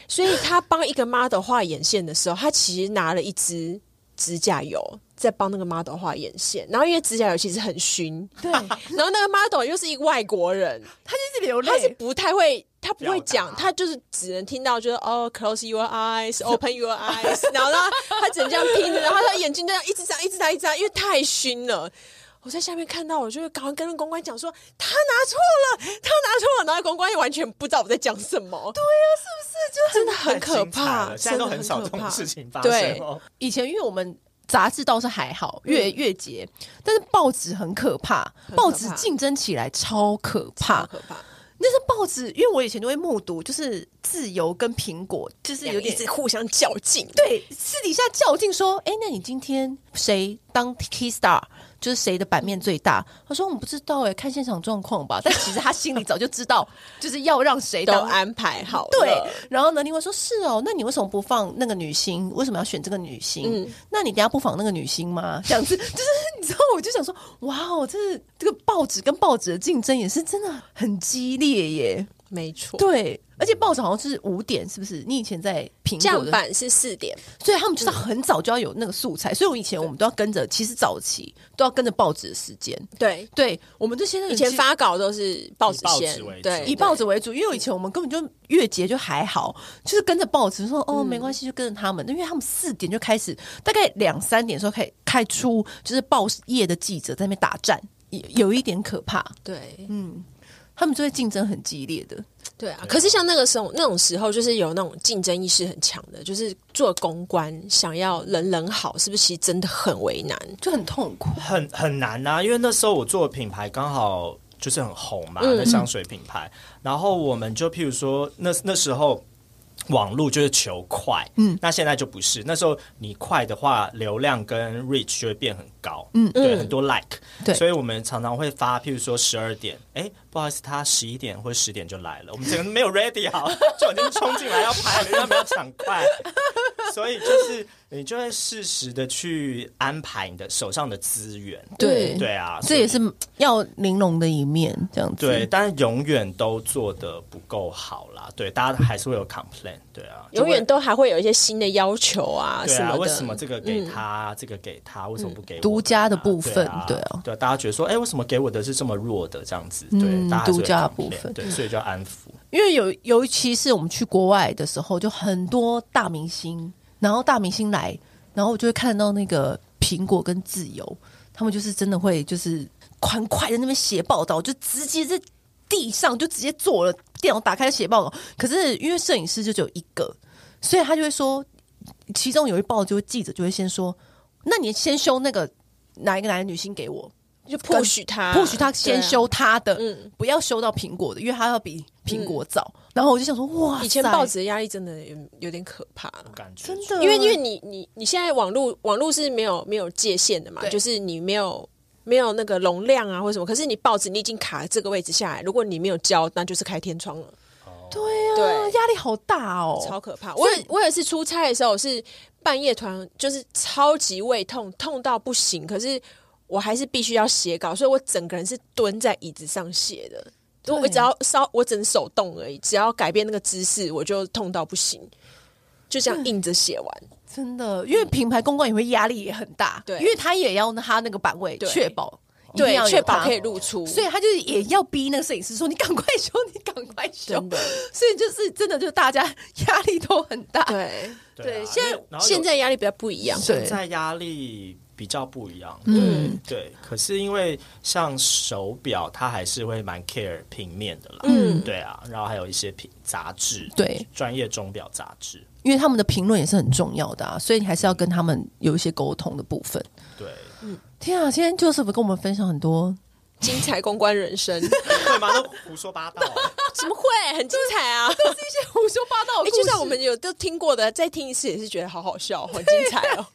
所以他帮一个 model 画眼线的时候，他其实拿了一支指甲油在帮那个 model 画眼线，然后因为指甲油其实很熏，对， 然后那个 model 又是一个外国人，他就是流他是泪，不太会，他不会表讲，达他就是只能听到就是哦，close your eyes，open your eyes，然后呢，他只能这样拼着，然后他眼睛这样一直这样，一直这样，一直这样，因为太熏了。我在下面看到，我就赶快跟公关讲说他拿错了，他拿错了，然后公关完全不知道我在讲什么。对是不是就真的很可怕，现在都很少这种事情发生哦。以前因为我们。杂志倒是还好，月月结，但是报纸很可怕，很可怕报纸竞争起来超可怕好。可怕，那是报纸，因为我以前都会目睹，就是自由跟苹果，就是有有点一直互相较劲。对私底下较劲说，哎、那你今天谁当 key star，就是谁的版面最大？他说我们不知道、哎，看现场状况吧。但其实他心里早就知道， 就是要让谁都当安排好了，对，然后呢，另外说是哦，那你为什么不放那个女星？为什么要选这个女星？嗯那你等下不仿那个女星吗？这样子， 就是你知道，我就想说，哇哦，这是这个报纸跟报纸的竞争也是真的很激烈耶。没错。对，而且报纸好像是五点，是不是？你以前在苹果降的，版是四点，所以他们就是很早就要有那个素材，所以我以前我们都要跟着，其实早期都要跟着报纸的时间。对，对，我们这些人以前其实发稿都是报纸以报纸为先，主对，以报纸为主，因为以前我们根本就月结就还好，就是跟着报纸说哦没关系，就跟着他们，因为他们四点就开始，大概两三点的时候开开出，就是报业的记者在那边打战，有有一点可怕，对嗯他们就会竞争很激烈的。对啊。可是像那个时候那种时候，就是有那种竞争意识很强的，就是做公关想要人人好，是不是其实真的很为难？就很痛苦，很很难呐、因为那时候我做的品牌刚好就是很红嘛，那香水品牌。然后我们就譬如说，那那时候网络就是求快，嗯，那现在就不是。那时候你快的话，流量跟 reach 就会变很高，嗯，对，很多 like，对所以我们常常会发，譬如说十二点，哎、不好意思，他十一点或十点就来了，我们整个没有 ready 好，就已经冲进来要拍了，因为他们要抢 快，所以就是你就会适时的去安排你的手上的资源，对对啊，所这以也是要玲珑的一面，这样子。对，，但永远都做的不够好啦，对，大家还是会有 complain，对啊，就永会远都还会有一些新的要求啊，对什啊，么为的。什么这个给他，这个给他，为什么不给我们啊嗯独家的部分对啊，对啊对，大家觉得说，哎，为什么给我的是这么弱的这样子？对，大家还是嗯会独家的 complain，部分对，所以就要安抚。因为有尤其是我们去国外的时候，就很多大明星，然后大明星来，然后我就会看到那个苹果跟自由，他们就是真的会就是很快的那边写报道，就直接在地上就直接坐了，电脑打开写报道。可是因为摄影师就只有一个，所以他就会说，其中有一报就会记者就会先说，那你先修那个哪一个哪一个女星给我，就 push 他或许他先对啊修他的，嗯不要修到苹果的，因为他要比苹果早。然后我就想说，哇塞，以前报纸的压力真的有有点可怕。感觉真的，因为因为你你你现在网络网络是没有没有界限的嘛，对就是你没有没有那个容量啊或什么，可是你报纸你已经卡这个位置下来，如果你没有交，那就是开天窗了，对啊，对压力好大哦，超可怕。我有我也是出差的时候是半夜团，就是超级胃痛，痛到不行，可是我还是必须要写稿，所以我整个人是蹲在椅子上写的。对我只要稍，我只能手动而已，只要改变那个姿势，我就痛到不行，就这样硬着写完。真的，因为品牌公关也会压力也很大，对因为他也要他那个版位对确保。对，确保可以录，露出，所以他就是也要逼那个摄影师说：“你赶快修，你赶快修。”真的 所以就是真的，就是大家压力都很大。对。对啊，现因为在然后有现在压力比较不一样，对现在压力比较不一样，嗯，对。可是因为像手表，它还是会蛮 care 平面的啦，嗯，对啊。然后还有一些品杂志，对，专业钟表杂志，因为他们的评论也是很重要的啊，所以你还是要跟他们有一些沟通的部分。对，天啊，今天 Joseph 跟我们分享很多精彩公关 人生，对吗？都胡说八道，啊怎么会很精 彩啊？是一些胡说八道哎、就像我们有都听过的，再听一次也是觉得好好笑，好精彩 哦，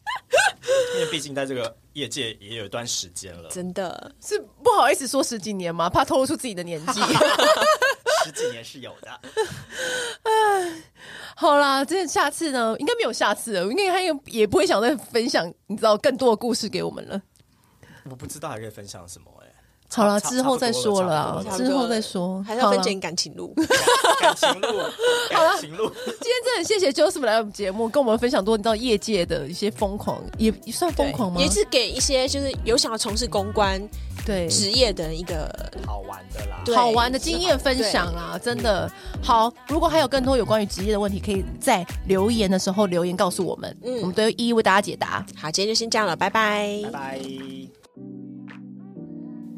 因为毕竟在这个业界也有一段时间了，真的。是不好意思说十几年嘛，怕透露出自己的年纪。 十几年是有的。好啦，真的下次呢，应该没有下次了，应该他也也不会想再分享，你知道更多的故事给我们了。 我不知道还可以分享什么哎、好啦，差之后再说了啊差不多了差不多，之后再说。还是要好分啦拣感情路。 感情路，感情路，今天真的谢谢 Joseph 来我们节目，跟我们分享多你知道业界的一些疯狂，也也算疯狂吗？也是给一些就是有想要从事公关对，职业的人一个好玩的啦。对好玩的经验分享啊，真的好。如果还有更多有关于职业的问题，可以在留言的时候留言告诉我们，我们都会一一为大家解答。好，今天就先这样了，拜拜拜拜。